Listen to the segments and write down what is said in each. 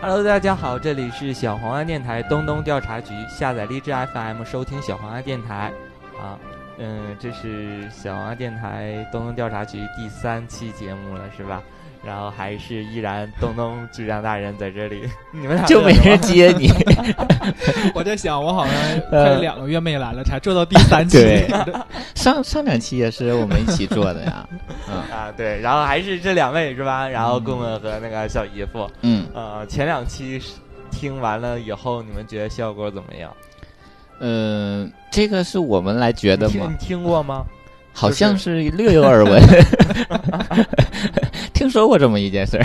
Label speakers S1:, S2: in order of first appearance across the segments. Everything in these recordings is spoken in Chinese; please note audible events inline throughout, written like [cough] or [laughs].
S1: Hello，大家好，这里是小黄鸭电台东东调查局，下载荔枝 FM 收听小黄鸭电台。啊，嗯，这是小黄鸭电台东东调查局第三期节目了，是吧？然后还是依然东东局长大人在这里， [laughs] 你们俩
S2: 就没
S1: 这
S2: 人接你。
S3: 我在想，我好
S2: [laughs]
S3: 像快两个月没来了，才做到第三期。
S2: 呃对，上上两期也是我们一起做的呀。嗯
S1: 啊，对，然后还是这两位是吧？然后棍棍和那个小姨
S2: [laughs]
S1: 夫，
S2: 嗯
S1: 呃，前两期是听完了以后，你们觉得效果怎么样？
S2: 呃，这个是我们来觉
S1: 你
S2: 得
S1: 听
S2: 吗
S1: 你？听过吗？
S2: 好像是略有耳闻， [laughs] 听说过这么一件事儿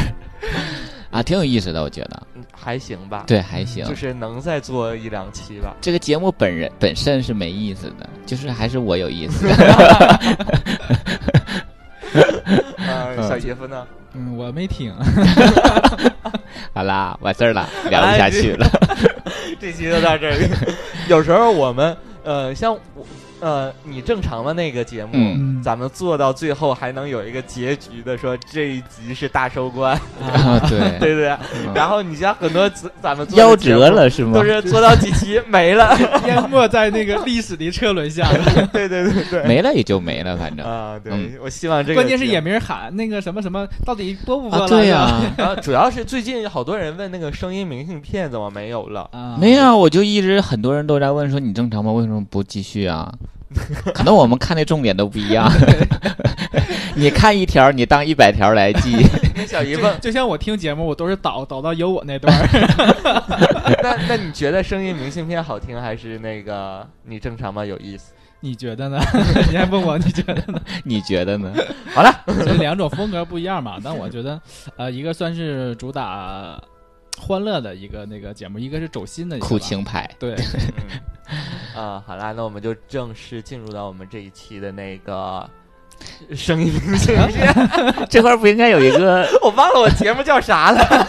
S2: 啊，挺有意思的，我觉得。
S1: 嗯还行吧，
S2: 对，还行
S1: 嗯就。是能再做一两期吧。
S2: 这个节目本人本身是没意思的，就是还是我有意思。
S1: 呃，
S2: 嗯
S1: 小姨夫呢？
S3: [laughs]
S1: [laughs]
S3: 嗯，我没听。
S2: 好啦，完事儿了，聊不下去了。
S1: 这期就到这里。 [laughs] 有时候我们呃，像我呃，你正常的那个节目。
S2: 嗯
S3: [laughs]
S1: 咱们做到最后还能有一个结局的说，这一集是大收官，
S2: 啊， [laughs] 对，
S1: 对不对？
S2: 嗯
S1: 然后你像很多咱咱们做的
S2: 夭
S1: 节目
S2: 折了是吗
S1: 都？是做到几
S2: [laughs]
S1: 期没了， [laughs]
S3: 淹没在那个历史的车轮下，
S1: 对对对对，
S2: 没了也就没了，反正啊，
S1: 啊，对
S2: 嗯，
S1: 我希望这个
S3: 关键是也
S1: 节
S3: 没人喊那个什么什么，到底播不播了？
S2: 啊对
S3: 是
S2: 呀、
S3: 吧
S1: 目，然后啊主要是最近好多人问那个声音明信片怎么没有了，
S3: 啊，
S2: 没有，我就一直很多人都在问说你正常吗？为什么不继续 [laughs] 啊？可能我们看的重点都不一 [laughs] 样。你看一条，你当一百条来记。 [laughs]
S1: 那 [laughs] 小姨
S3: 就
S1: 夫，
S3: 就像我听节目，我都是导导到有我那段儿，
S1: 那那你觉得声音明信片好听还是那个你正常吗？有意思？
S3: 你觉得呢？ [laughs] 你还问我，你觉得 [laughs] 呢？
S2: 你觉得呢？
S3: 这两种风格不一样嘛。但我觉得，呃，一个算是主打欢乐的一个那个节目，一个是走心的一个吧
S2: 苦。情牌，
S3: 对，
S1: 嗯啊，好啦，那我们就正式进入到我们这一期的那个声音明信片，
S2: 这块儿不应该有一个
S1: [laughs] 我忘了我节目叫啥了。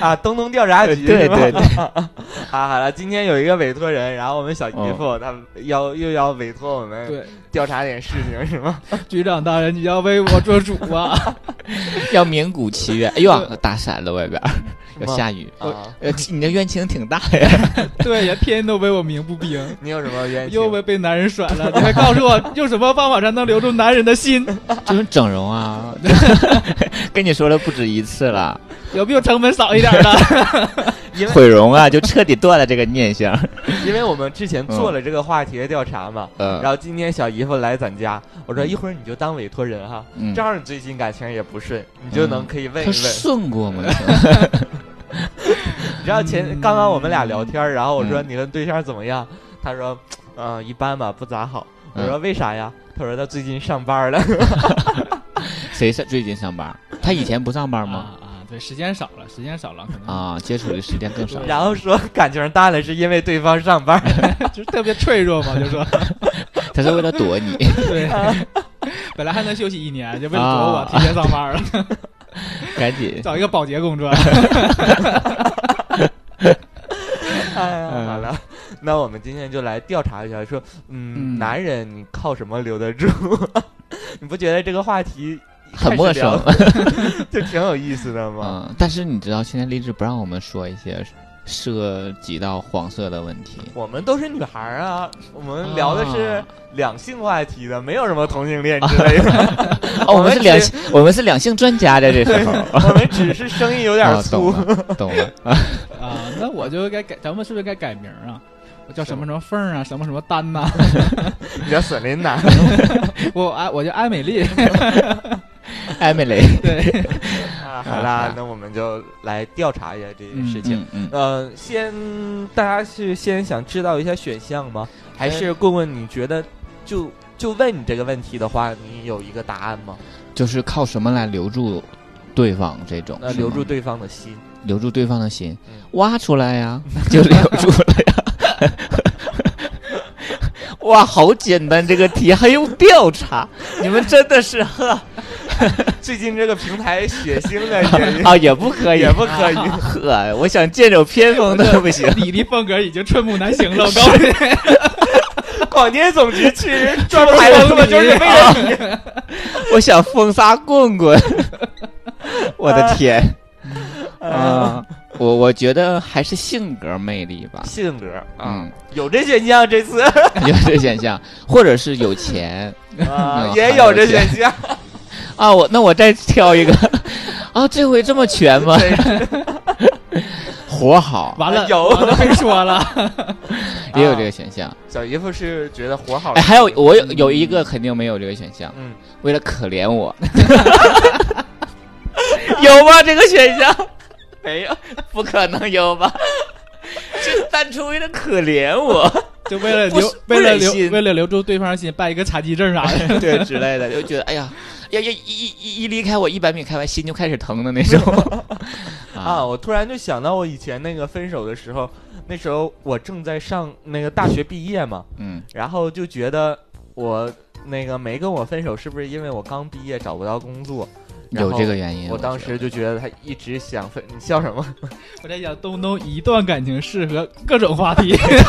S1: 啊，东东调查局
S2: [laughs] 对
S1: 是吧
S2: [laughs] 对对
S1: 啊，好了，今天有一个委托人，然后我们小姨夫、他要又要委托我们
S3: 对，
S1: 调查点事情，是吗？
S3: 局长大人，你要为我做主啊！
S2: 要名古奇冤？哎呦啊，打闪了外边儿，
S1: 是吗
S2: 要下雨。
S1: 啊，
S2: 呃，你的冤情挺大呀。
S3: [laughs] 对呀，天天都为我鸣不平，
S1: 你有什么冤情？
S3: 又被被男人甩了，你还告诉我用什么方法才能留住男人的心？
S2: [laughs] 就是整容啊， [laughs] 跟你说了不止一次了，
S3: 有没有成本少一点的？
S1: 因为
S2: 毁容啊，就彻底断了这个念想。
S1: 因为我们之前做了这个话题的调查嘛，
S2: 嗯
S1: 然后今天小姨夫来咱家，我说一会儿你就当委托人哈，
S2: 嗯
S1: 正好你最近感情也不顺，你就能可以问一
S2: 他
S1: 问。
S2: 顺过吗？
S1: 你知道前刚刚我们俩聊天儿，然后我说
S2: 嗯
S1: 你跟对象怎么样？他说，嗯、一般吧，不咋好。我
S2: 嗯
S1: 说为啥呀？他说他最近上班了。
S2: 谁上最近上班？他以前不上班吗？
S3: [laughs] 啊，对，时间少了，时间少了，可能
S2: 啊，接触的时间更少。
S1: [laughs] 然后说感情淡了是因为对方上班。
S3: [laughs] 就是特别脆弱嘛，就说
S2: 他是为了躲
S1: [laughs]
S2: 你，
S3: [laughs] 对。 [laughs] 本来还能休息一年，就为了躲我
S2: 啊
S3: 提前上班了，
S2: 赶紧
S3: 找一个保洁工作。
S1: 哎呀，好了， [laughs] 那我们今天就来调查一下，说，嗯，
S2: 嗯
S1: 男人你靠什么留得住？ [laughs] 你不觉得这个话题一开始
S2: 很陌生
S1: 聊
S2: [laughs]
S1: 就挺有意思的吗？
S2: 嗯，但是你知道，现在励志不让我们说一些涉及到黄色的问
S1: [laughs]
S2: 题。
S1: 我们都是女孩儿啊，我们聊的是
S2: 啊
S1: 两性话题的，没有什么同性恋之类
S2: [laughs]
S1: 的。
S2: 哦，我
S1: 我们
S2: 们是两
S1: 只
S2: 性，我们是两性专家在这
S1: [laughs]
S2: 时候。
S1: 我们只是声音有点
S2: 啊，懂
S1: 粗， [laughs]
S2: 了，懂了。
S3: 啊，那我就该改，咱们是不是该改名儿啊？我叫什么什么凤儿啊，什么什么丹呐、
S1: 你叫笋林
S2: [laughs]
S1: 男。
S3: 我爱我叫艾美丽，
S2: 艾米丽，
S1: [laughs]
S3: 对，
S1: 啊好啦，那我们就来调查一下这件事情。
S2: 嗯嗯，
S1: 呃，先大家是先想知道一下选项吗？还是棍棍？你觉得就就问你这个问题的话，你有一个答案吗？
S2: 就是靠什么来留住对方这种？
S1: 那
S2: 是
S1: 留
S2: 吗
S1: 住对方的心，
S2: 留住对方的心
S1: 嗯，
S2: 挖出来呀，就留住了呀。哇，好简单这个题，还用调查？你们真的是呵
S1: [laughs] 最近这个平台血腥的也 [laughs]
S2: 啊，也不可以，
S1: 也不可以。
S2: 呵，我想剑走偏锋都不行。
S3: 你的风格已经寸步难行了，我告诉你，
S1: 够广电总局去人专门
S2: 拍
S1: 拍的
S2: 了这
S1: 录
S2: 么
S1: 就是为了你。
S2: 我想封杀棍棍，我的天，啊、我我觉得还是性格魅力吧，
S1: [laughs] 性格啊，
S2: 嗯，
S1: 有这选项这 [laughs] 次
S2: 有这选项，或者是有钱
S1: 啊
S2: 嗯，
S1: 也有这选项。
S2: 啊，我那我再挑一个，啊，这回这么全吗？ [laughs] 活好
S3: 完了，
S1: 有
S3: 我都被说了。
S2: 也有这个选项，
S1: 小姨夫是觉得活好， [laughs]
S2: 哎，还有我有有一个肯定没有这个选项，
S1: 嗯，
S2: 为了可怜我， [laughs] 有吗？这个选项没有，不可能有吧？就单纯为了可怜我，
S3: [laughs] 就为了
S2: 不
S3: 留
S2: 是不
S3: 为了
S2: 忍
S3: 留
S2: 心
S3: 为了留住对方心，办一个茶几证啥的。
S2: 啊
S3: [laughs]
S2: 对之类的，就觉得哎呀，要要一一一离开我一百米开外，心就开始疼的那 [laughs] 种
S1: 啊，，我突然就想到我以前那个分手的时候，那时候我正在上那个大学毕业嘛，
S2: 嗯
S1: 然后就觉得我那个没跟我分手，是不是因为我刚毕业找不到工作？然
S2: 有
S1: 后
S2: 这个原因。
S1: 我当时就觉得他一直想分， [laughs] 你笑什么？
S3: 我在想，东东一段感情适合各种话题，
S2: [laughs]
S3: [laughs]
S2: 觉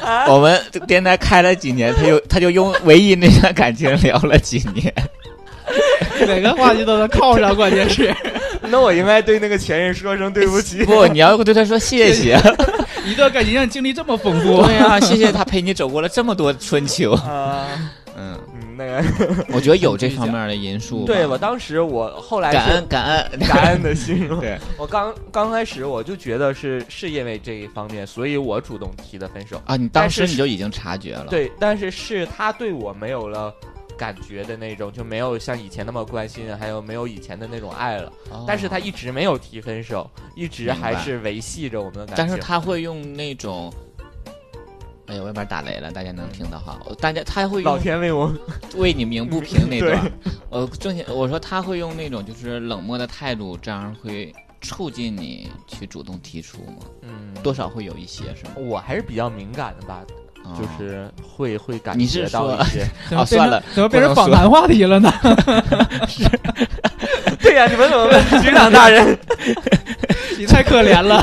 S2: 得我们电台开了几年，他就他就用唯一那段感情聊了几年。 [laughs]
S3: 每个话题都能靠上，关键是
S1: 那我应该对那个前任说声对不起。
S2: 不，你要对他说谢谢。
S3: 一段感情让你经历这么丰富。
S2: 对呀、谢谢他陪你走过了这么多春秋。
S1: 啊，
S2: 嗯，
S1: [laughs] 嗯，那个，
S2: 我觉得有这方面的因素吧。
S1: 对我当时我后来
S2: 感
S1: 是
S2: 恩感恩。
S1: 感恩的心嘛，
S2: 对
S1: 我刚刚开始我就觉得是是因为这一方面，所以我主动提的分手。
S2: 啊，你
S1: 但
S2: 当
S1: 是
S2: 时你就已经察觉了。，
S1: 对，但是是他对我没有了感觉的那种，就没有像以前那么关心，还有没有以前的那种爱了。
S2: 哦
S1: 但是他一直没有提分手，一直
S2: 明白
S1: 还是维系着我们的感情。
S2: 但是他会用那种，哎呀，我也不知道打雷了，大家能听到哈？我大家他会
S1: 老
S2: 用
S1: 天为我们
S2: 为你鸣不平那段， [laughs] 我正想我说他会用那种就是冷漠的态度，这样会促进你去主动提出吗？
S1: 嗯，
S2: 多少会有一些是吗？
S1: 我还是比较敏感的吧，
S2: 啊
S1: 就是会会感
S2: 你
S1: 觉
S2: 是
S1: 到
S2: 说
S1: 一些。
S3: 怎么
S2: 啊算了
S3: 变成怎么变成
S2: 不能
S3: 访
S2: 说
S3: 谈话题
S2: [laughs]
S3: 了呢？
S1: [laughs] 对呀、你们怎么问局长大 [laughs] 人？
S3: 你太可怜了，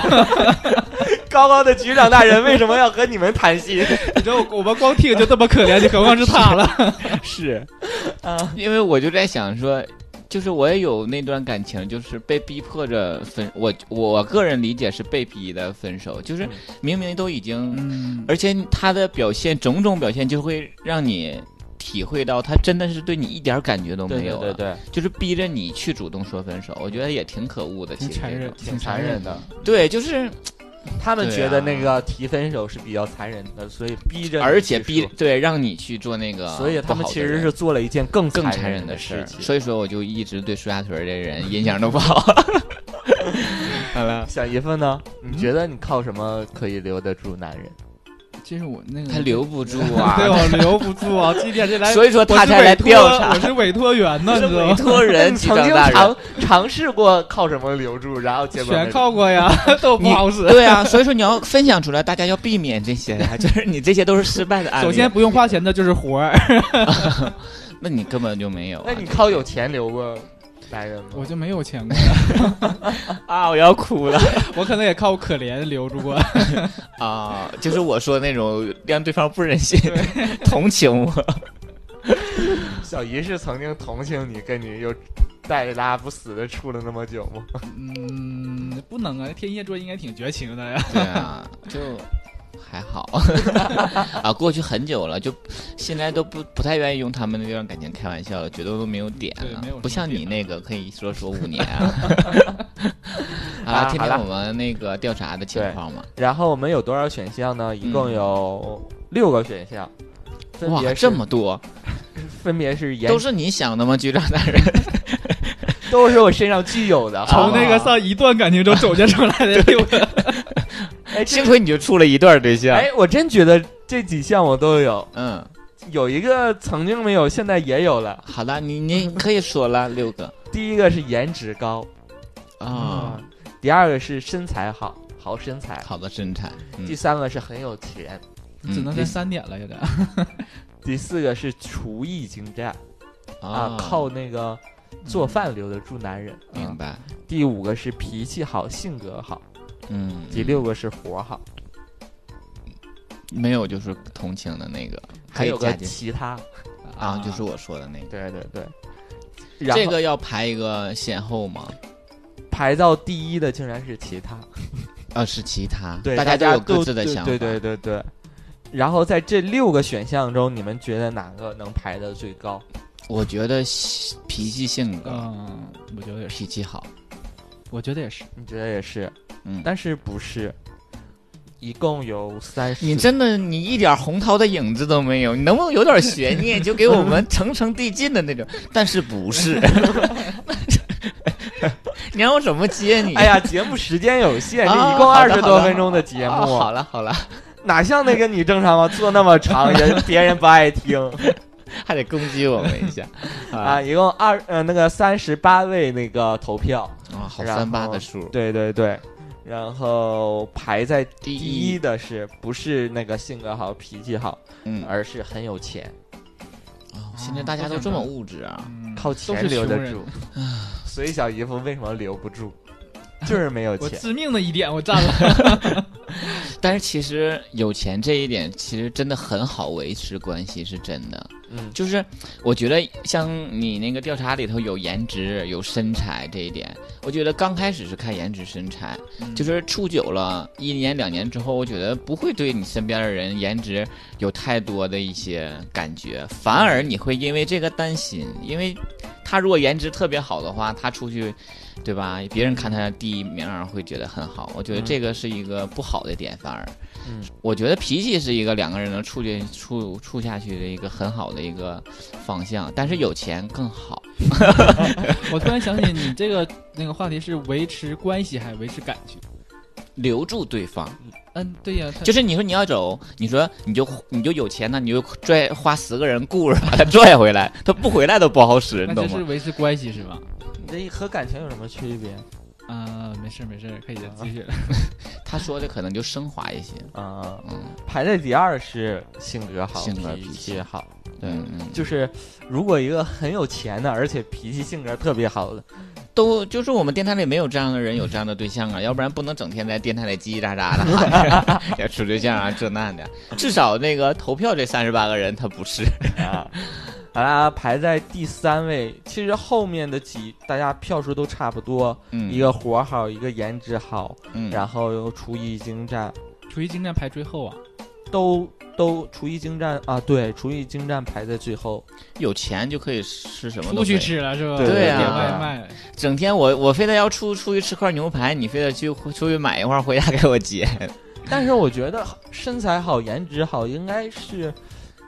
S3: [laughs]
S1: 高高的局长大人为什么要和你们谈心？
S3: 你知道我我们光听就这么可怜，你何况是他了？
S1: [laughs] 是，啊，
S2: 因为我就在想说，就是我也有那段感情，就是被逼迫着分，我我个人理解是被逼的分手，就是
S1: 嗯
S2: 明明都已经，
S3: 嗯，
S2: 而且他的表现种种表现就会让你。体会到他真的是对你一点感觉都
S1: 对
S2: 没有
S1: 对
S2: 了，
S1: 对对，
S2: 就是逼着你去主动说分手，我觉得也挺可恶的。
S3: 挺
S2: 其实
S3: 残
S2: 这
S3: 忍
S2: 种，
S1: 挺残忍的。
S2: 对，就是
S1: 他们
S2: 对
S1: 觉得
S2: 啊
S1: 那个提分手是比较残忍的，所以逼啊着你去说，
S2: 而且逼对让你去做那个不好
S1: 所
S2: 的人，
S1: 以他们其实是做了一件更
S2: 更
S1: 残
S2: 残忍
S1: 的
S2: 事儿。
S1: 情。
S2: 所以说，我就一直对苏家屯儿这人印象都
S1: [laughs]
S2: 不好。好了，
S1: 小姨夫呢？你
S3: 嗯
S1: 觉得你靠什么可以留得住男人？
S3: 这是我那个
S2: [laughs] 他留不住
S3: 对
S2: 啊，
S3: 我留不住啊！今天这
S2: [laughs]
S3: 来，
S2: 所以说
S3: 我
S2: 他
S3: 是
S2: 才来
S3: 委托
S2: 调查
S3: 我是委托员呢，你知道
S2: 委
S3: 吗？
S2: 托人
S1: 你
S2: 几
S1: 曾
S2: 张
S1: 经
S2: 大人
S1: 尝。 [laughs] 尝试过靠什么留住，然后结果没
S3: 全靠过呀，都
S2: [laughs]
S3: 不
S2: 你
S3: 好使。
S2: [laughs] 对啊，所以说你要分享出来，大家要避免这些啊，就是你这些都是失败的案例。啊
S3: 首先，不用花钱的就是活儿， [laughs]
S2: 那你根本就没有啊、
S1: 那你靠有钱留过男人吗？
S3: 我就没有钱过，
S2: 啊，我要哭了。
S3: [laughs] 我可能也靠可怜留住过。
S2: [laughs] 啊、就是我说那种让对方不忍心 [laughs] 同情我。
S1: 小姨是曾经同情你，跟你又带着大家不死的处了那么久吗？
S3: 嗯，不能啊，天蝎座应该挺绝情的呀。
S2: 对啊，就还好 [laughs] 啊，过去很久了，就现在都不不太愿意用他们那段感情开玩笑了，觉得都没有点
S3: 对
S2: 了、
S3: 没有什么
S2: 不像你那个可以说说五年啊。 [laughs] 好
S1: 啊
S2: 了，听
S1: 好
S2: 听
S1: 了
S2: 我们那个调查的情况嘛。
S1: 然后我们有多少选项呢？一共有六个选项，分
S2: 哇，
S1: 别
S2: 这
S1: 是
S2: 么多，
S1: 分别是颜
S2: 都是你想的吗，局长大
S1: [laughs]
S2: 人？
S1: 都是我身上具有
S2: 啊
S1: 的。啊好
S3: 从
S1: 不好
S3: 那个上一段感情中总结出来的六个，
S1: 哎，这
S2: 幸亏你就处了一段对象。
S1: 哎，我真觉得这几项我都有，
S2: 嗯，
S1: 有一个曾经没有，现在也有了。
S2: 好了，你你可以说了六个
S1: 第一个是颜值高
S2: 啊、
S1: 啊，第二个是身材好，好身材。
S2: 好的身材。嗯
S1: 第三个是很有钱，
S2: [laughs] 嗯
S3: 只能
S2: 第
S3: 在三点了，有点。
S1: 第四个是厨艺精湛啊
S2: 啊，，
S1: 靠那个做饭留得住男人。
S2: 明
S1: 啊
S2: 白，
S1: 第五个是脾气好，性格好。
S2: 嗯，
S1: 第六个是活好。
S2: 没有就是同情的那个，
S1: 还
S2: 可以
S1: 有
S2: 嫁
S1: 个
S2: 进去
S1: 其他，
S2: 啊，就是我说的那个。
S1: 对对对。然
S2: 这
S1: 后
S2: 个要排一个先后吗？
S1: 排到第一的竟然是其他，
S2: 啊，是其他，
S1: 对，
S2: 大
S1: 家
S2: 都有各自的
S1: 对
S2: 想法。
S1: 对对对对。然后在这六个选项中，你们觉得哪个能排的最高？
S2: 我觉得脾脾气性格，
S3: 嗯，我觉得也是，
S2: 脾气好，
S3: 我觉得也是，
S1: 你觉得也是，
S2: 嗯。
S1: 但是不是？一共有三十。
S2: 你真的，你一点洪涛的影子都没有，你能不能有点悬念，就给我们层层递进的
S1: [laughs]
S2: 那种？但是不是？你让我怎么接你？
S1: 哎呀，节目时间有限，这
S2: 啊
S1: 一共
S2: 好
S1: 二
S2: 的
S1: 十
S2: 好
S1: 多
S2: 的
S1: 分钟的节目，
S2: 啊好了好了，
S1: 哪像那个你正常吗？做那么长，
S2: [laughs]
S1: 人别人不爱听
S2: 还得攻击我们
S1: [laughs]
S2: 一下啊！
S1: 啊！一共二呃那个三十八位那个投票，
S2: 啊，好
S1: 然
S2: 三八
S1: 后
S2: 的数，
S1: 对对对，然后排在第
S2: 第
S1: 一，的是不是那个性格好、脾气好，
S2: 嗯，
S1: 而是很有钱，
S2: 哦现在大家都这么物质啊，
S3: 嗯
S1: 靠
S3: 都
S1: 钱
S3: 是
S1: 留
S3: 穷
S1: 得
S3: 人
S1: 住。所以小姨夫为什么留不住？就是没有
S3: 我
S1: 钱。
S3: 致命的一点我占
S2: [laughs]
S3: 了，
S2: 但是其实有钱这一点，其实真的很好维持关系，是真的。
S1: 嗯，
S2: 就是我觉得像你那个调查里头有颜值、有身材这一点，我觉得刚开始是看颜值、身材，就是处久了，一年两年之后，我觉得不会对你身边的人颜值有太多的一些感觉，反而你会因为这个担心，因为他如果颜值特别好的话，他出去。对吧？别人看他第一名儿会觉得很好，我觉得
S1: 嗯
S2: 这个是一个不好的点，反而。
S1: 嗯，
S2: 我觉得脾气是一个两个人能处进处处下去的一个很好的一个方向，但是有钱更好。
S3: 我突然想起你这个那个话题是维持关系还维持感情？
S2: 留住对方，
S3: 嗯，对
S2: [laughs]
S3: 呀，他
S2: 就是你说你要走，你说你就你就有钱呢，你就拽花十个人雇着把他拽回来，他不回来都不好使，
S3: 那
S2: 你懂
S3: 这是
S2: 吗？
S3: 维持关系是吧？
S1: 你这和感情有什么区别
S3: 啊，没事儿没事儿，可以再继续。
S2: 啊他说的可能就升华一些，
S1: 啊？
S2: 嗯，
S1: 排在第二是性格好、
S2: 性格
S1: 脾
S2: 脾
S1: 气
S2: 气
S1: 好。
S2: 对，嗯，
S1: 就是如果一个很有钱的，而且脾气性格特别好的，
S2: 都就是我们电台里没有这样的人，有这样的对象啊，要不然不能整天在电台里叽叽喳喳的喊 [laughs] 着要处对象啊这那的。至少那个投票这三十八个人他不是，
S1: 啊，好啦，啊排在第三位。其实后面的几大家票数都差不多，
S2: 嗯，
S1: 一个活好，一个颜值好，
S2: 嗯，
S1: 然后又厨艺精湛，
S3: 厨艺精湛排最后啊，
S1: 都都厨艺精湛啊，对，厨艺精湛排在最后。
S2: 有钱就可以吃什么
S3: 出
S2: 都可
S3: 去
S2: 以，
S3: 吃了是吧？
S1: 对
S2: 对啊
S3: 点外卖，
S2: 整天我我非得要出出去吃块牛排，你非得去出去买一块儿回家给我结，
S1: 但是我觉得身材好、颜值好应该是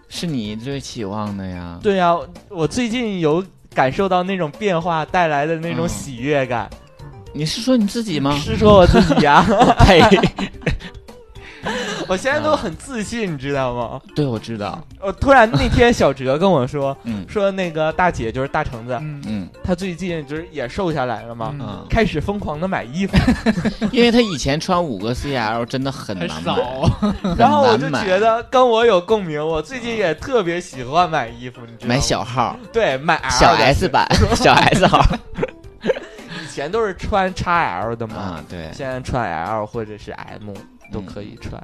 S2: 是你最期望的呀。
S1: 对啊，我最近有感受到那种变化带来的那种
S2: 嗯
S1: 喜悦感，
S2: 你是 [laughs] 说你自己吗？
S1: 是说我自己呀、
S2: 呸！ [laughs]
S1: 我现在
S2: 嗯
S1: 都很自信，你知道吗？
S2: 对，我知道。
S1: 我突然那天小哲跟我说
S2: 嗯
S1: [laughs] 说那个大姐就是大橙子，
S3: 嗯，
S2: 嗯
S1: 她最近就是也瘦下来了嘛，
S3: 嗯
S2: 啊，
S1: 开始疯狂的买衣
S2: [laughs]
S1: 服，
S2: 因为他以前穿五个 CL 真的嗯很
S3: 还
S2: 难买，
S3: 少。
S2: 很
S1: 然后我就
S2: 难买
S1: 觉得跟我有共鸣，我最近也特别喜欢买衣服，你知道吗？
S2: 买小 [laughs] 号、
S1: 对买 L
S2: 小
S1: 的
S2: S 版、 [laughs] 小 S 号
S1: 以前都是穿 XL 的嘛，
S2: 啊，对。嗯
S1: 现在穿 L 或者是 M 都可以穿。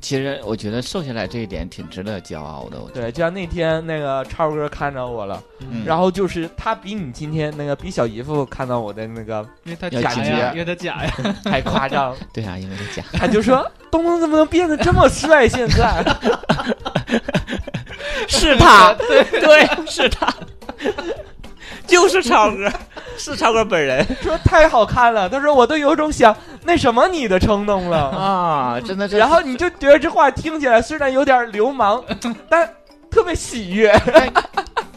S2: 其实我觉得瘦下来这一点挺值得骄傲的，我觉 [laughs] 得。
S1: 对，就像那天那个超哥看着我了，
S2: 嗯
S1: 然后就是他比你今天那个比小姨夫看到我的那
S2: [laughs]
S1: 个
S3: 因为他
S2: 要
S3: 假
S2: 紧
S3: 呀，
S1: 接
S3: 因为他
S2: [laughs]
S3: 假呀，
S1: 还夸张。
S2: 对啊，因为是假。
S1: 他就说：“东东怎么能变得这么帅？现在
S2: [laughs] [laughs] 是他，对 [laughs] 对，是他， [laughs] 就是超 [laughs] 哥，是超哥本人
S1: 说太好看了。”他说：“我都有种想那什么你的冲动了。
S2: 啊，真的”是。
S1: 然后你就觉得这话听起来虽然有点流
S2: [laughs]
S1: 氓，但特别喜悦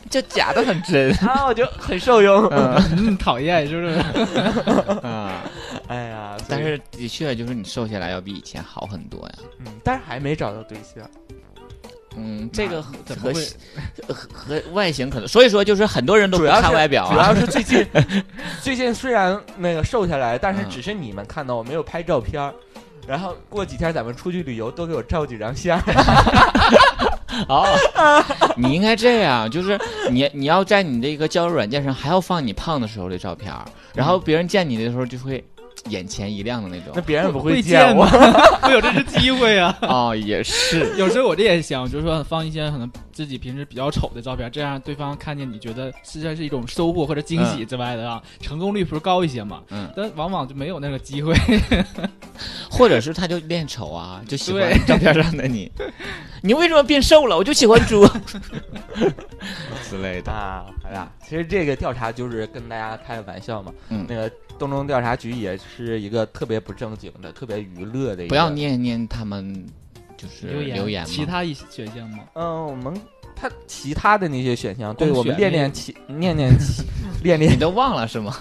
S2: 就假的很 [laughs] 真
S1: 啊，我就很受用。
S3: 嗯，讨厌是
S2: [laughs]
S3: 不是？
S2: 啊，
S1: 哎呀，所以
S2: 但是的确就是你瘦下来要比以前好很多呀。
S1: 嗯，但是还没找到对象。
S2: 嗯，这个和
S3: 怎么
S2: 和
S3: 会？
S2: 和和外形可能，所以说就是很多人都不
S1: 主要是
S2: 看外表
S1: 主
S2: 啊。
S1: 要是最近，最近虽然那个瘦下来，但是
S2: 嗯
S1: 只是你们看到我没有拍照片儿。然后过几天咱们出去旅游，多给我照几张相。
S2: 哦，你应该这样，就是你你要在你这个交友软件上还要放你胖的时候的照片儿，然后别人见你的时候就会眼前一亮的那
S1: 那
S2: 种。
S1: 别人不
S3: 会
S1: 见
S3: 吗
S1: 我。？
S2: [laughs]
S3: 没有这是机 [laughs] 会啊！
S2: 哦，也
S3: [laughs]
S2: 是，
S3: 有时候我这也想，就是说放一些可能自己平时比较丑的照片，这样对方看见你觉得实际上是一种收获或者惊喜之外的啊，成功率不是高一些嘛？
S2: 嗯，
S3: 但往往就没有那个
S2: [laughs]
S3: 机会。
S2: 或者是他就练丑啊，就喜欢
S3: 对
S2: 照片上的你，你为什么变瘦了？我就喜欢猪之类
S1: [laughs] [laughs]
S2: 的。
S1: 啊，哎呀，其实这个调查就是跟大家开个玩笑嘛。
S2: 嗯
S1: 那个东中调查局也是一个特别不正经的、特别娱乐的一个。
S2: 不要。念念他们就是留言
S3: 其
S2: 嘛，
S3: 他一些选项吗？
S1: 嗯，我们他其他的那些选项，对
S3: 光
S1: 我们
S3: 选
S1: 练
S3: 那
S1: 练其念念其 [laughs] 练
S2: 你
S1: 练
S2: 都忘了是吗？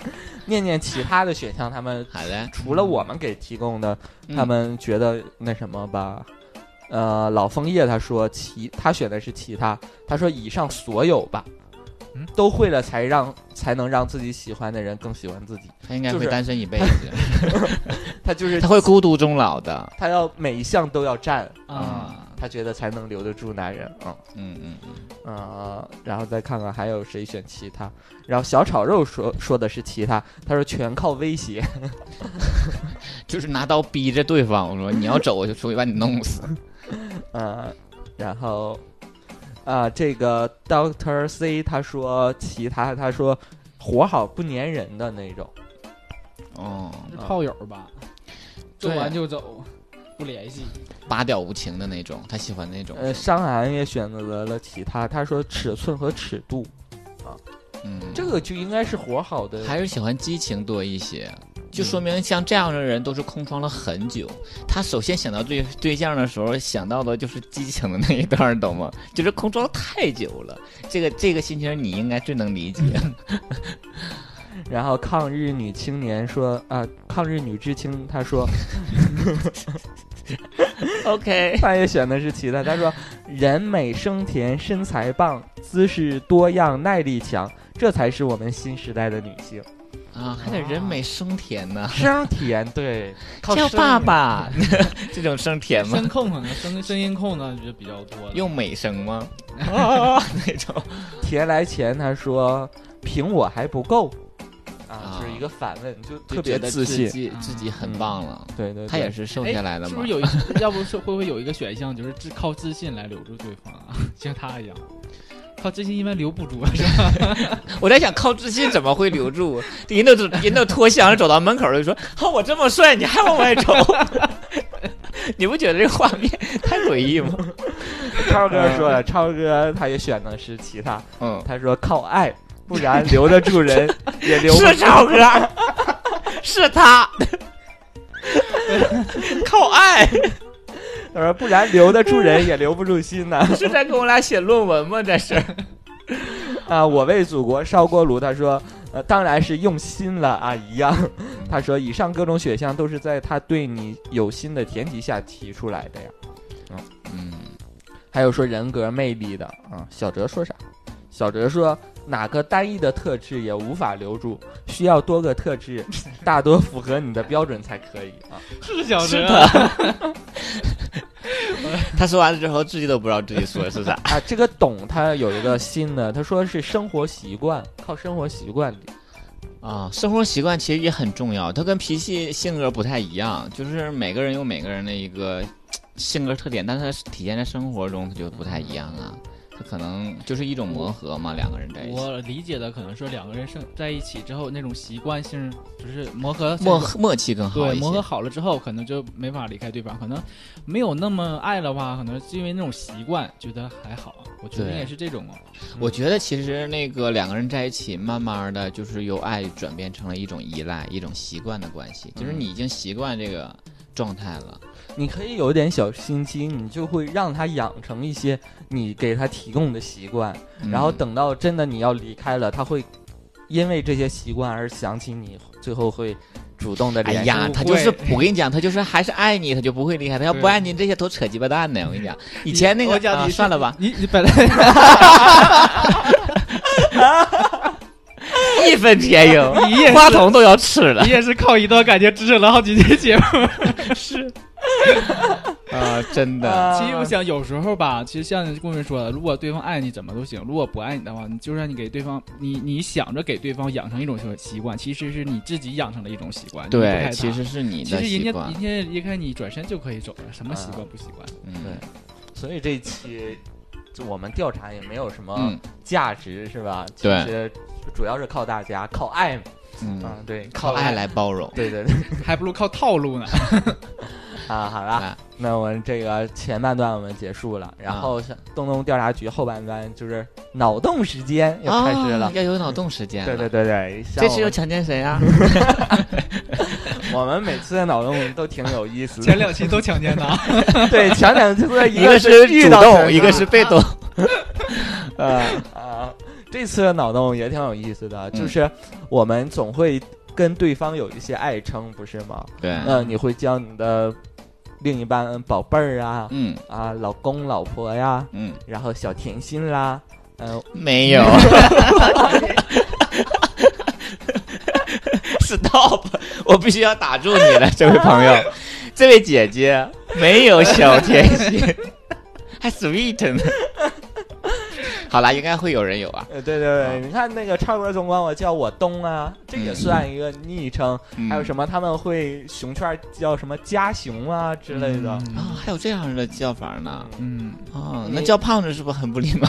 S1: 念念其他的选项，他们
S2: 好的，
S1: 除了我们给提供的，
S2: 嗯
S1: 他们觉得那什么吧。呃，老枫叶他说其他选的是其他，他说以上所有吧，
S3: 嗯
S1: 都会了才让才能让自己喜欢的人更喜欢自己。
S2: 他应该
S1: 就
S2: 会
S1: 是
S2: 单身一
S1: [laughs]
S2: 辈子，
S1: 他就是
S2: [laughs] 他会孤独终老的。
S1: 他要每一项都要占，
S3: 啊，
S1: 他觉得才能留得住男人啊
S2: 嗯嗯
S1: 啊、
S2: 嗯，
S1: 呃然后再看看还有谁选其他，然后小炒肉说说的是其他，他说全靠威胁，
S2: 就是拿刀逼着对方，我说你要走，我就出去把你弄
S1: [laughs]
S2: 死。
S1: 呃，然后啊、这个 Doctor C 他说其他，他说活好不粘人的那种，
S2: 哦，
S3: 是炮友吧？做
S2: 对
S3: 完就走，不联系。
S2: 八屌无情的那种，他喜欢那种。
S1: 呃，伤寒也选择了其他，他说尺寸和尺度，
S2: 嗯，
S1: 这个就应该是活好的，
S2: 还是喜欢激情多一些，
S1: 嗯
S2: 就说明像这样的人都是空窗了很久。他首先想到对对象的时候，想到的就是激情的那一段，懂吗？ [laughs] 就是空窗太久了，这个这个心情你应该最能理解。
S1: 嗯 [laughs] 然后抗日女青年说啊、抗日女知青她说
S2: OK，
S1: 她也选的是其他，她说人美声甜，身材棒，姿势多样，耐力强，这才是我们新时代的女性。
S2: 啊，还得人美声甜呢，
S1: 声甜，对，靠
S2: 叫
S1: 声
S2: 爸爸， [laughs] 这种声甜吗
S3: 声？控可能声声音控呢就比较多了。
S2: 用美声吗？啊，那种
S1: 甜来钱，她说凭我还不够啊
S2: 啊，
S1: 就是一个反问，就
S2: 就
S1: 特别
S2: 觉得
S1: 自信。
S2: 自己自己很棒了。
S1: 对对，
S2: 他
S1: 对
S2: 也是瘦下来的
S3: 哎是
S2: 嘛
S3: 不是，有一？ [laughs] 要不是会不会有一个选项，就是自靠自信来留住对方啊？ [laughs] 像他一样，靠自信一般留
S2: [laughs]
S3: 不住啊，是吧？
S2: 我在想，靠自信怎么会留住？人都人都脱箱走到门口就说：“啊，我这么帅，你还往外走？” [laughs] 你不觉得这个画面太诡异吗？
S1: 超哥说了，超哥他也选的是其他，
S2: 嗯，
S1: 他说靠爱，不然留得住人
S2: [laughs]
S1: 也留不
S2: 是啊
S1: 住。
S2: 超哥，是他， [laughs] 靠爱
S1: 他说：“不然留得住人，也留不住心呐。
S2: 是在跟我俩写论文吗？这是，
S1: 啊，我为祖国烧锅炉。他说，呃，当然是用心了，阿姨
S2: [laughs]
S1: 呀。他说，以上各种选项都是在他对你有心的前提下提出来的呀。
S2: 嗯，
S1: 还有说人格魅力的啊，小哲说啥？小哲说哪个单一的特质也无法留住，需要多个特
S2: [laughs]
S1: 质，大多符合你的标准才可以啊。
S3: 是小
S2: 是
S3: 哲啊，
S2: 的。
S3: [laughs]
S2: 他说完了之后，自己都不知道自己说的是
S3: [laughs]
S2: 啥。
S1: 啊，这个董他有一个新的，他说是生活习惯，靠生活习惯
S2: 啊，生活习惯其实也很重要，它跟脾气、性格不太一样，就是每个人有每个人的一个性格特点，但是它体现在生活中它就不太一样啊。它可能就是一种磨合嘛，两个人在一起，
S3: 嗯我理解的可能是两个人生在一起之后那种习惯性，就是磨合
S2: 默默契更好
S3: 对
S2: 一些。
S3: 磨合好了之后，可能就没法离开对方，可能没有那么爱的话，可能是因为那种习惯，觉得还好。我觉得
S2: 对
S3: 应该是这种哦，
S2: 我觉得其实那个两个人在一起，慢慢的就是由爱转变成了一种依赖、一种习惯的关系，就是
S3: 嗯
S2: 你已经习惯这个状态了。
S1: 你可以有点小心机，你就会让他养成一些你给他提供的习惯，
S2: 嗯
S1: 然后等到真的你要离开了，他会因为这些习惯而想起你，最后会主动的
S2: 哎
S1: 联系。
S2: 呀，
S3: 不
S2: 他就是
S3: 会
S2: 我跟你讲，他就是还是爱你，他就不会离开。他要不
S3: 对
S2: 爱你，这些都扯鸡巴蛋呢。我跟你讲，以前那
S3: 我
S2: 个
S3: 讲
S2: 啊
S3: 你是
S2: 算了吧，
S3: [laughs] 你你本
S2: [laughs]
S3: 来
S2: 一分钱有
S3: 你 [laughs] 也
S2: 话筒都要
S3: [laughs]
S2: 吃了
S3: 你。也是靠一段感情支撑了好几期节目，
S2: 啊，真的，
S1: 啊
S3: 其实我想，有时候吧，其实像顾问说的，如果对方爱你，怎么都行；如果不爱你的话，你就算你给对方，你你想着给对方养成一种习惯，其实是你自己养成了一种习惯。你离不开
S2: 对，
S3: 他
S2: 其实是你
S3: 其
S2: 的
S3: 实
S2: 习
S3: 人家
S2: 惯
S3: 人，家离开你，转身就可以走了，什么习惯不习惯？
S2: 嗯
S1: 所以这一期就我们调查也没有什么
S2: 嗯
S1: 价值，是吧？
S2: 对
S1: 其实主要是靠大家，靠爱嘛，
S2: 嗯，
S1: 嗯，对，
S2: 靠爱。来包容。
S1: 对
S2: [laughs]
S1: 对对，
S3: 还不如靠套路呢。
S1: 啊，好了
S2: 来，嗯
S1: 那我们这个前半段我们结束了，然后像东东调查局后半段就是脑洞时间要开始了
S2: 啊。要有脑洞时间
S1: 对
S2: 了。
S1: 对对对，像
S2: 这次
S1: 我
S2: 又
S1: 们
S2: 强奸谁啊？
S1: 我们每次的脑洞都挺有意思的。
S3: 前两期都强奸他，
S1: 对前两次的
S2: [laughs] 一
S1: 个
S2: 是
S1: 遇
S2: 主
S1: 到
S2: 动，
S1: 神
S2: 一个是被动。
S1: 呃 [laughs] 啊，这次的脑洞也挺有意思
S2: 嗯
S1: 的，就是我们总会跟对方有一些爱称，不是吗？
S2: 对，
S1: 嗯，你会叫你的另一半嗯宝贝儿啊
S2: 嗯
S1: 啊，老公老婆呀，
S2: 嗯，
S1: 然后小甜心啦，嗯，
S2: 没有。Stop！我必须要打住你了，这位朋友， [laughs] 这位姐姐，没有小甜心， [laughs] 还 sweet 呢。好啦，应该会有人有啊。
S1: 呃，对对对，
S2: 啊
S1: 你看那个超哥总管我叫我东啊，这也
S2: 嗯
S1: 算一个昵称。
S2: 嗯
S1: 还有什么他们会熊圈叫什么家熊啊之类的。
S2: 啊、还有这样的叫法呢？
S3: 嗯，
S2: 哦，
S1: 你
S2: 那叫胖子是不是很不礼貌？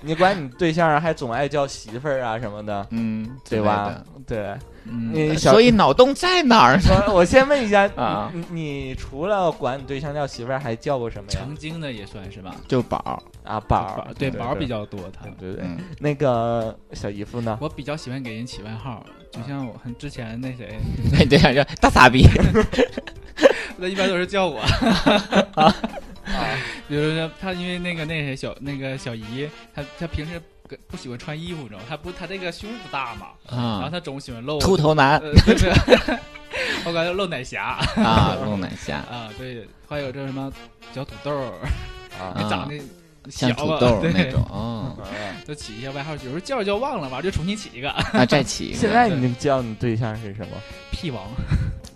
S1: 你管你对象还总爱叫媳妇儿啊什么的，
S2: 嗯，
S1: 对吧？？对，
S3: 嗯嗯，
S1: 你小
S2: 哎所以脑洞在哪儿呢？
S1: [laughs] 我我先问一下
S2: 啊
S1: 你你除了管你对象叫媳妇儿，还叫过什么呀？
S3: 成精的也算是吧。
S2: 就宝，
S1: 啊，宝儿，
S3: 对宝儿比
S1: 较
S3: 较多，他
S1: 对对对。
S2: 嗯， [laughs]
S1: 那个小姨夫呢？
S3: 我比较喜欢给人起外号，就像我很之前那谁，
S2: 对对呀，叫大傻 [laughs] 逼，
S3: 那一般都是叫
S2: [laughs]
S3: 我，
S1: 啊，
S3: [laughs] 比如说他因为那个那谁小那个小姨，她她平时不不喜欢穿衣服，你知道吗？她不她这个胸不大嘛，然后
S2: 啊，
S3: 她总喜欢露
S2: 秃头 [laughs] 男
S3: 呃， [laughs] 对对，我感觉露奶侠
S2: 啊，露奶虾，
S3: 啊，对，还有这什么小土豆儿，
S1: 啊
S2: 嗯
S3: 长得小
S2: 像土
S3: 吧
S2: 豆
S3: [laughs] 对
S2: 那种哦，
S1: [laughs]
S3: 就起一些外号，有时候叫着叫忘了，完了就重新起一个
S2: 啊，再起一
S1: 现
S2: 个
S1: 在你叫你对象是什么？
S3: 屁王，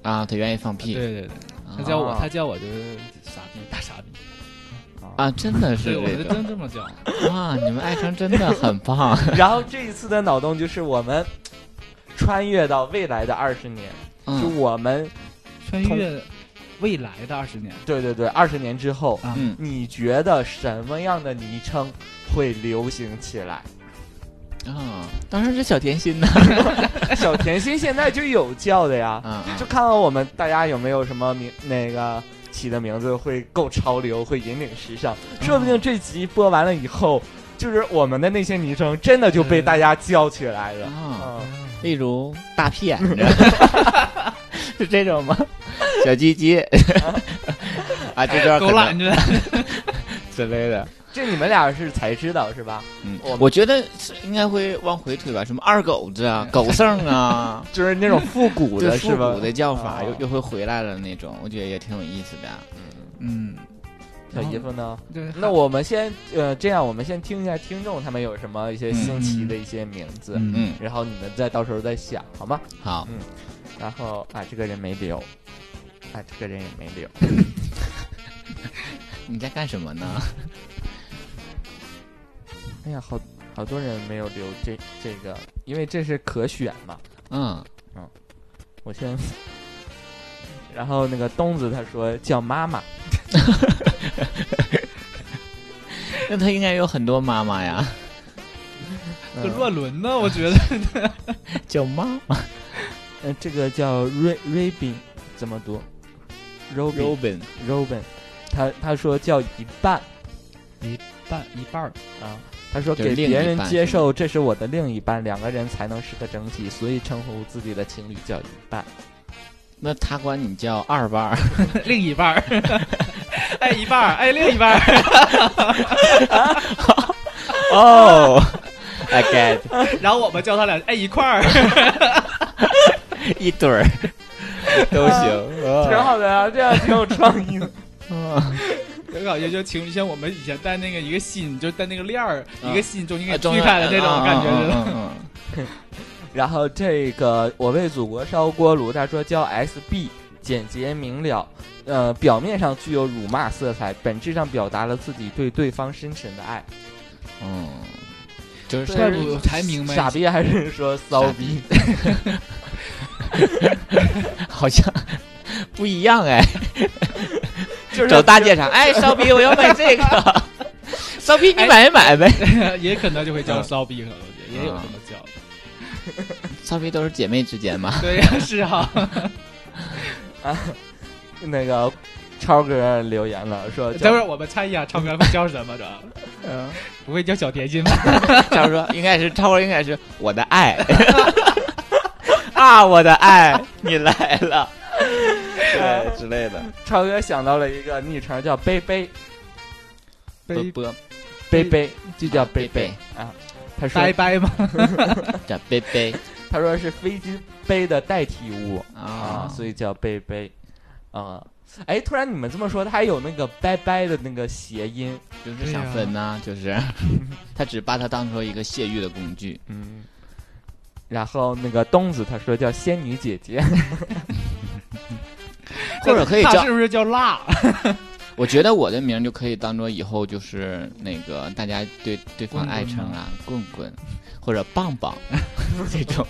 S2: 啊，他愿意放
S3: 对
S2: 屁，
S3: 对对，
S2: 啊
S3: 他叫我
S1: 啊
S3: 他叫我就是傻逼大傻逼，
S2: 啊，真的是
S3: 对，我
S2: 这
S3: 就
S2: 个
S3: 真这么叫，
S2: 哇，你们爱称真的很棒，
S1: 然后这一次的脑洞就是我们穿越到未来的二十年，就
S2: 嗯
S1: 我们
S3: 穿
S1: 通
S3: 越未来的二十年
S1: 对对对，二十年之后，
S3: 啊，
S2: 嗯，
S1: 你觉得什么样的昵称会流行起
S2: [laughs]
S1: 来？
S2: 啊，当然是小甜心呢，
S1: 小甜心现在就有叫的呀，
S2: 啊，
S1: 就看看我们大家有没有什么名那个起的名字会够潮流，会引领时尚。说
S2: 嗯
S1: 不定这集播完了以后，就是我们的那些昵称真的就被
S2: 嗯
S1: 大家叫起来了。
S2: 啊，
S1: 嗯
S2: 例如大屁眼子， [laughs] 是这种吗？小鸡鸡， [laughs] 啊，这段可
S3: 狗
S2: 能
S3: 懒着，
S2: 之类的。
S1: [laughs] 这你们俩是才知道是吧？
S2: 嗯
S1: 我，，
S2: 我觉得是应该会往回推吧，什么二狗子啊、狗剩啊
S1: [laughs] 就是那种复古
S2: 对
S1: 的
S2: 复
S1: 是吧
S2: 古？的叫法
S1: 啊
S2: 又又会回来了那种，我觉得也挺有意思的。啊
S3: 嗯，
S1: 小姨夫
S2: [laughs]
S1: 呢？
S3: 对，
S1: 那我们先呃，这样我们先听一下听众他们有什么一些新奇的一些名字，
S3: 嗯
S2: 嗯，
S1: 然后你们再到时候再想好吗？
S2: 好，
S1: 然后啊，这个人没留，啊，这个人也没留，
S2: 你在干什么呢？
S1: 哎呀，好好多人没有留这这个，因为这是可选嘛。
S2: 嗯，
S1: 我先，然后那个东子他说叫妈妈，
S2: 那他应该有很多妈妈呀，
S1: 嗯
S3: 这乱伦呢，我觉得。
S2: 叫妈
S1: 呃，这个叫 Ray Robin 怎么读？Robin
S2: Robin
S1: Robin，他他说叫一半。
S3: 半一半儿，
S1: 啊，他说
S2: 就是
S1: 给
S2: 另
S1: 别
S2: 一
S1: 人
S2: 半
S1: 接
S2: 是吗
S1: 受这是我的另一半，两个人才能是个整体，所以称呼自己的情侣叫一半。
S2: 那他管你叫二班儿，
S3: [laughs] 另一 [laughs] 半儿，爱一半儿，爱哎另一半儿，
S2: 哦、i
S1: [laughs]
S2: get
S3: 然后我们叫他俩爱哎一块儿，
S2: 一堆儿都行，
S1: 挺
S2: 啊
S1: 好的啊，这样挺有创意的。
S2: 啊
S3: 有感觉就情侣，像我们以前戴那个一个心，就戴那个链儿，
S2: 嗯
S3: 一个心中间给
S2: 中
S3: 锯开了那种感觉，
S2: 嗯
S3: 真的
S2: 嗯嗯嗯
S1: 然后这个我为祖国烧锅炉，他说叫 S B 简洁明了，呃，表面上具有辱骂色彩，本质上表达了自己对对方深沉的爱。
S2: 嗯，就是
S3: 怪不得才明 [laughs] 白
S1: 傻逼还是说骚逼？
S2: 好像不一样哎，
S1: [laughs] 就是
S2: 走大街上，哎，骚逼，我要买这个，骚逼你买一买呗。
S3: 也可能就会叫骚逼，可能我觉得也有这么叫的。
S2: 骚逼都是姐妹之间嘛，
S3: [laughs] 对呀，是啊，
S1: 那个超哥留言了，说
S3: 等会儿我们猜一下超哥会叫什么着？
S1: 嗯
S3: 不会叫小甜 [laughs] 心吧？
S2: 他说应该是超哥，应该是我的爱啊，我的爱，你来了，对之类的。
S1: 超哥想到了一个昵称叫贝贝
S2: 波
S3: 拜
S2: 波
S1: 贝贝，就叫
S2: 啊
S1: 贝贝啊。他说
S3: 拜拜吗？
S2: 叫贝贝
S1: 他说是飞机杯的代替物啊，
S2: 啊，
S1: 所以叫贝贝啊。哎，突然你们这么说，它还有那个拜拜的那个谐音，
S2: 就是想分呐、就是
S1: [laughs]
S2: 他只把它当成一个泄欲的工具。
S1: 嗯。然后那个东子他说叫仙女姐姐，
S2: 或者可以
S3: 他
S2: 叫
S3: 是不是叫 [laughs] 辣？
S2: 我觉得我的名就可以当做以后就是那个大家对对方爱称啊，棍棍或者棒棒这种。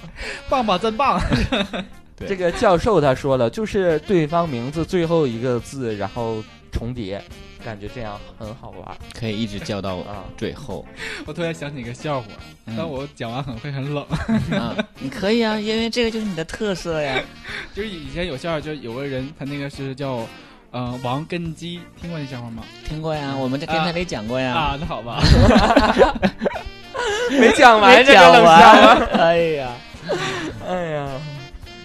S3: 棒棒真棒！
S2: 对
S1: 这个教授他说了，就是对方名字最后一个字然后重叠，感觉这样很好玩
S2: 可以一直叫到
S1: 啊。
S2: 最后。
S3: 我突然想起一个笑话，
S2: 嗯
S3: 但我讲完很会很冷。 [laughs]
S2: 啊，你可以啊，因为这个就是你的特色呀。
S3: 就是以前有笑话，就是有个人他那个是叫。呃，王根基听过这笑话吗？
S2: 听过呀，我们在电台里讲过呀。
S3: 啊，那好吧，
S1: 没讲
S2: 没
S1: 完，这个
S2: 讲
S1: 冷笑
S2: 完
S1: 话，，
S2: [laughs] 哎呀，
S1: 哎呀。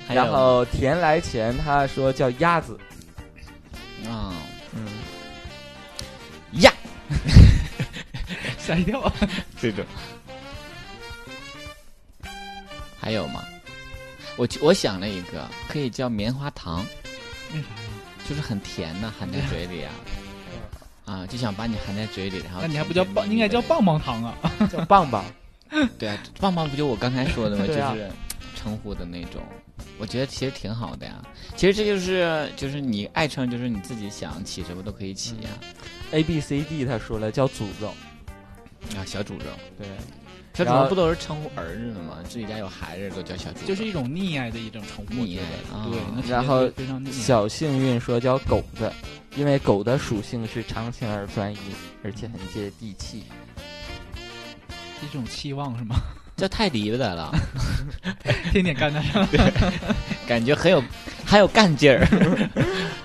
S2: 还有
S1: 然后田来前他说叫鸭子，
S2: 啊
S1: 嗯，
S2: 呀，
S3: 吓一
S2: [laughs]
S3: 跳。啊
S2: 这种还有吗？我我想了一个，可以叫棉花糖，
S3: 为啥呀？
S2: 就是很甜的，含
S3: [laughs]
S2: 在嘴里啊，啊，就想把你含在嘴里，然后
S3: 嗯那你还不叫棒？应该叫
S2: 棒。
S3: 棒棒糖啊！
S1: 叫棒 [laughs] 棒。
S2: 对啊，棒棒不就我刚才说的
S3: [laughs]
S2: 吗？就
S1: 对啊
S2: 是称呼的那种，我觉得其实挺好的呀。其实这就是就是你爱称，就是你自己想起什么都可以起呀。
S1: A B C D，他说了叫诅咒，
S3: 嗯
S2: 啊，小诅咒，
S1: 对，
S2: 小
S1: 然
S2: 诅
S1: 后
S2: 咒不都是称呼儿子的吗？自己家有孩子都叫小诅咒，
S3: 就是一种溺爱的一种宠物，
S2: 溺爱啊
S3: 对，那
S1: 然后
S3: 非常溺爱。
S1: 小幸运说叫狗子，因为狗的属性是长情而专一，而且很接地气。
S3: 一种期望是吗？ [laughs]
S2: 叫泰迪的了，
S3: 天天干的上，
S2: 感觉很有还有干劲儿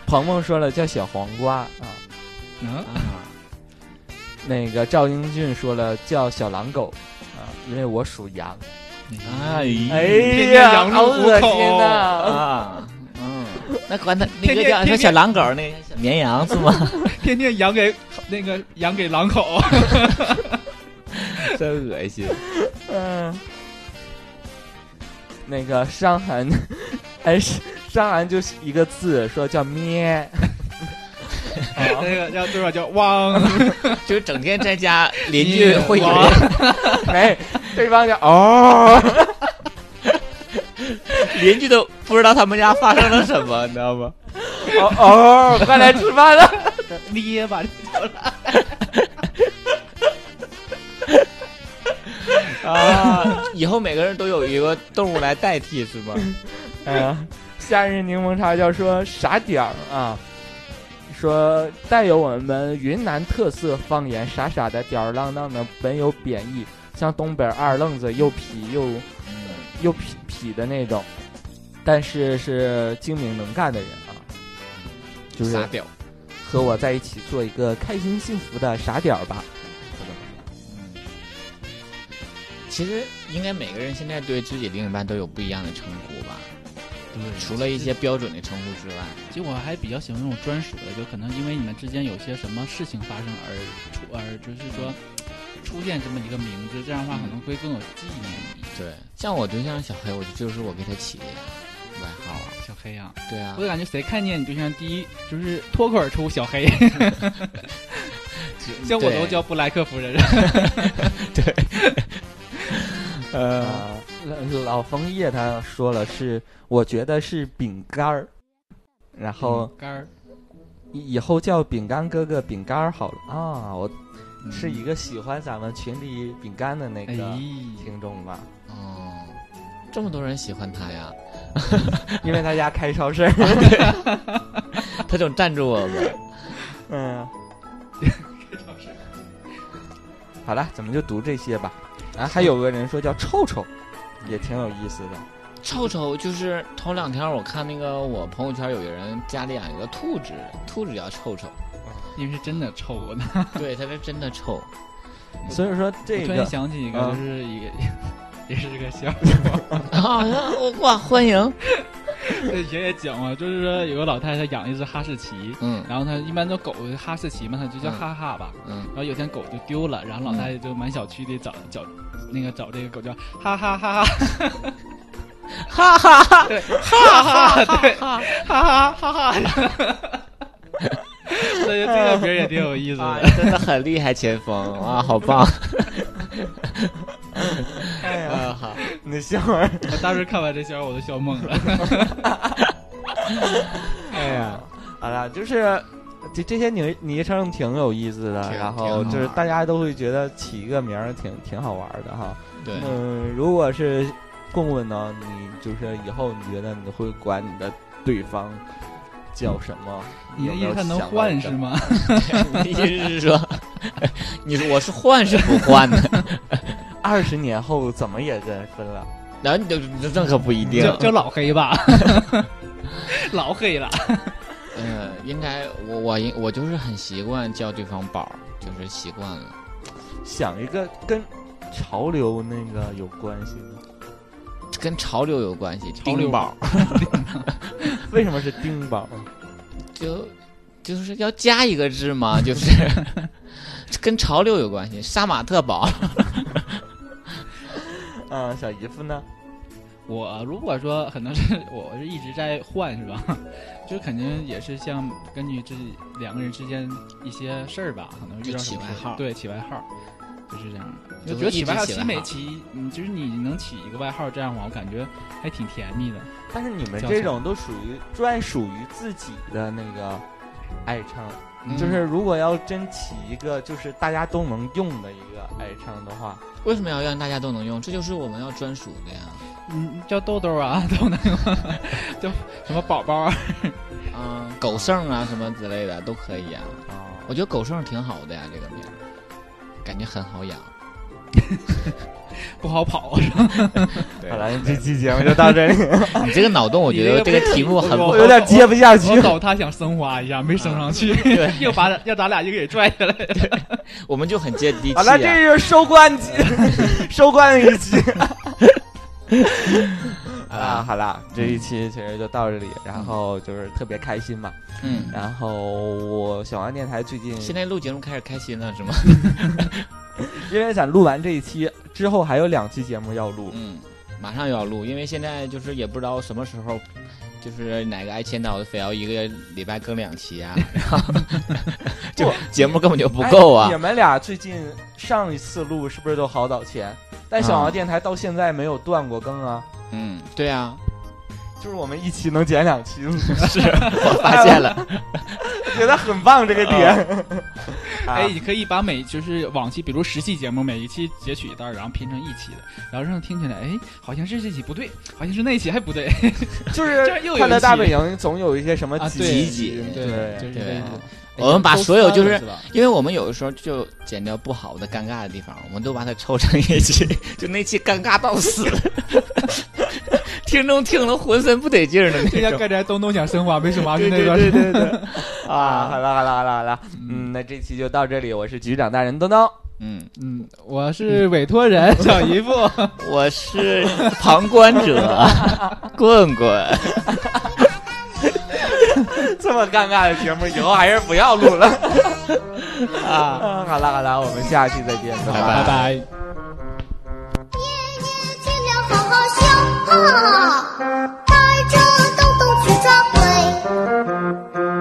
S1: 鹏鹏说了叫小黄瓜啊，
S3: 嗯，
S2: 啊。
S1: 那个赵英俊说了叫小狼狗啊，因为我属羊。
S2: [laughs] 哎
S3: 天天
S1: 呀，
S3: 羊入
S1: 好恶
S3: 虎口
S1: 心啊呐！
S2: 啊，嗯，那管他那
S3: 天
S2: 个
S3: 天
S2: 叫
S3: 天
S2: 说
S3: 天
S2: 小狼狗，那个小绵羊是吗？
S3: 天天养给那个养给狼
S2: 哦
S3: 口，
S2: [laughs] 真恶心。
S1: 嗯，那个伤寒， [laughs] 哎，是伤寒就是一个字，说叫咩。 [laughs] 啊
S3: [laughs] 那个让对方叫
S2: [laughs]
S3: 汪， [laughs]
S2: 就是整天在家， [laughs] 邻居会以为
S3: 汪
S1: 没，对方就哦，
S2: 邻居都不知道他们家发生了什么，你知道吗？
S1: 哦哦，快来吃饭了。
S3: 咧吧，
S2: 啊，以后每个人都有一个动物来代替，是吗？
S1: 哎呀， [laughs] 夏日柠檬茶叫说傻点儿啊，说带有我们云南特色方言，傻傻的吊儿郎当的，本有贬义，像东北二愣子又痞又
S2: 嗯
S1: 又痞痞的那种，但是是精明能干的人啊，就是
S2: 傻屌。
S1: 和我在一起做一个开心幸福的傻屌儿吧。
S2: 嗯其实应该每个人现在对自己另一半都有不一样的称呼吧，
S3: 对。
S2: 除了一些标准的称呼之外，
S3: 其实我还比较喜欢那种专属的，就可能因为你们之间有些什么事情发生而出，而就是说出现这么一个名字，这样的话可能会更有纪念意义。
S2: 对，像我对象小黑，我就就是我给他起的呀，外号啊，
S3: 小黑啊，
S2: 对啊
S3: 我，就感觉谁看见你对象第一就是脱口而出
S1: [laughs]
S3: 小黑，像我都
S2: 对
S3: 叫布莱克
S1: [laughs]
S3: 夫人。 [laughs]
S2: 呃，
S1: 啊，老老枫叶他说了是，我觉得是饼干儿，然后
S3: 干儿
S1: 以以后叫饼干哥哥、饼干儿好了啊。我是一个喜欢咱们群里饼干的那
S3: 嗯
S1: 个
S3: 哎
S1: 听众吧，
S2: 哦，这么多人喜欢他呀，
S1: 因为他家开超市。
S2: [laughs] 他总赞助我们。
S1: 嗯，好了，咱们就读这些吧。啊，还有个人说叫臭臭，也挺有意思的。
S2: [laughs] 臭臭就是头两天我看那个我朋友圈有人家里养一个兔子，兔子叫臭 [laughs] 臭，
S3: [laughs] 因为是真的臭我呢。
S2: 对，它是真的 [laughs] 臭。
S1: 所以说这
S3: 我突
S1: 个
S3: 然想起一个，
S1: 啊
S3: 就是一个， [laughs] 也是个笑话。
S2: 啊，哇，欢迎，
S3: [laughs] 以前也讲过，就是说有个老太太养一只哈士奇，
S2: 嗯
S3: 然后她一般都狗哈士奇嘛，她就叫
S2: 嗯
S3: 哈哈吧。
S2: 嗯，
S3: 然后有天狗就丢了，然后老太太就满小区里找找那个找这个狗叫哈哈哈哈
S2: [laughs] 哈哈哈，
S3: 哈哈，对，哈哈哈哈。 [laughs] 所以这个名儿也挺有意思
S2: 啊
S3: 的。，
S2: 真的很厉害，前锋啊，好 [laughs] 棒，
S1: 哎呀，
S2: 啊好，
S1: [laughs] 你的笑话，
S3: 我当时看完这笑话我都笑懵了。
S1: 哎呀，好了，就是这这些昵昵称挺有意思的，然
S2: 挺挺好
S1: 后
S2: 玩
S1: 就是大家都会觉得起一个名儿挺挺好玩的哈。
S2: 对，
S1: 嗯，如果是棍棍呢，你就是以后你觉得你会管你的对方叫什么？
S3: 你的
S1: 有
S3: 意
S1: 没有
S3: 思他能
S1: 想过
S3: 换
S1: 这
S3: 是吗？
S2: 你意思是 [laughs] 说，你说我是换是不换 [laughs] 呢？
S1: 二十年后怎么也得分了。
S2: 然后你就你就这可不一定，
S3: 叫叫老黑吧，老黑了。
S2: 嗯，应该我我应我就是很习惯叫对方宝儿，就是习惯了。
S1: 想一个跟潮流那个有关系的，
S2: 跟潮流有关系，
S3: 潮流
S2: 丁宝儿
S1: 为什么是丁宝？
S2: 就就是要加一个字嘛，就是 [laughs] 跟潮流有关系。杀马特宝，
S1: 嗯，小姨夫呢？
S3: 我呃如果说可能是 [laughs] 我是一直在换是吧？ [laughs] 就肯定也是像根据自己两个人之间一些事儿吧，可能遇
S2: 就
S3: 到
S2: 起
S3: 什么
S2: 外
S3: 事儿
S2: 号
S3: 对，起外号，就是这样。
S2: 就
S3: 就
S2: 会
S3: 觉得
S2: 一
S3: 起
S2: 直
S3: 外号
S2: 起
S3: 起
S2: 外
S3: 每
S2: 号
S3: 起，嗯，就是你能起一个外号这样的话，我感觉还挺甜蜜的。
S1: 但是你们
S3: 叫
S1: 这
S3: 什
S1: 种都属于专属于自己的那个爱称，
S2: 嗯
S1: 就是如果要真起一个就是大家都能用的一个爱称的话，
S2: 为什么要让大家都能用？这就是我们要专属的呀。
S3: 嗯，叫豆豆啊，豆能 [laughs] 叫什么宝宝啊？
S2: 嗯，狗剩啊什么之类的都可以啊。我觉得狗剩挺好的呀，这个名儿，感觉很好养。
S3: 不好跑啊是吧？
S2: 对
S1: 好了，这期节目就到
S2: [laughs]
S1: 这里，
S2: 你这个脑洞，我觉得
S3: 你
S2: 这
S3: 这个
S2: 个题目很不
S1: 我
S2: 好
S1: 有点接不下去
S3: [laughs] 我。搞他想升华一下，没升上去，
S2: 对
S3: [laughs] 又把咱让咱俩又给拽下来。
S2: 我们就很接地气、啊。
S1: 好了，这就是收官
S2: [laughs]
S1: 期，收官一期。好啦好啦，这一期其实就到这里，然后就是特别开心嘛。
S2: 嗯，
S1: 然后我小王电台最近，
S2: 现在录节目开始开心了是吗？
S1: 因为咱录完这一期之后，还有两期节目要录，
S2: 嗯，马上又要录，因为现在就是也不知道什么时候，就是哪个挨千刀的非要一个礼拜更两期啊，然后就 [laughs] 节目根本就不够啊
S1: 哎你。们俩最近上一次录是不是都好早前？但小王电台到现在没有断过更啊，
S2: 嗯，对啊，
S1: 就是我们一期能剪两期录，
S2: 是我发现了，
S1: 觉得很棒这个点。
S3: 嗯
S1: 啊
S3: 哎，你可以把每就是往期，比如十期节目，每一期截取一段儿，然后拼成一期的，然后让听起来，哎，好像是这期不对，好像是那期还不对，
S1: 就
S3: [laughs] 这
S1: 是
S3: 样又有
S1: 快乐
S3: 一期
S1: 大本营总有一些什么
S3: 啊对
S1: 集
S2: 集锦
S1: 对啊
S3: 就
S2: 对
S3: 是这个。哎
S2: 我们把所有就是
S3: 都删了吧
S2: 因为我们有的时候就剪掉不好的、尴尬的地方，我们都把它抽成一期，就那期尴尬到 [laughs] 死，听众听了浑身不得劲儿的
S3: 这
S2: 那
S3: 像
S2: 种。
S3: 刚才东东想升华，没升华去
S1: 对
S3: 那
S1: 对
S3: 段
S1: 对 [laughs]
S3: 儿。
S1: 对对啊！好了好了好了好了，嗯，那这期就到这里，我是局长大人东东，
S2: 嗯，
S3: 嗯，我是委托人小姨夫，
S2: [laughs] 我是旁观者， [laughs] 棍棍。
S1: 这么尴尬的节目以后还是不要录了 [laughs] 啊！嗯好了好了，我们下期再见，
S2: [laughs] 拜拜
S3: 拜拜。
S4: 见了好好笑啊，带着东东去抓鬼。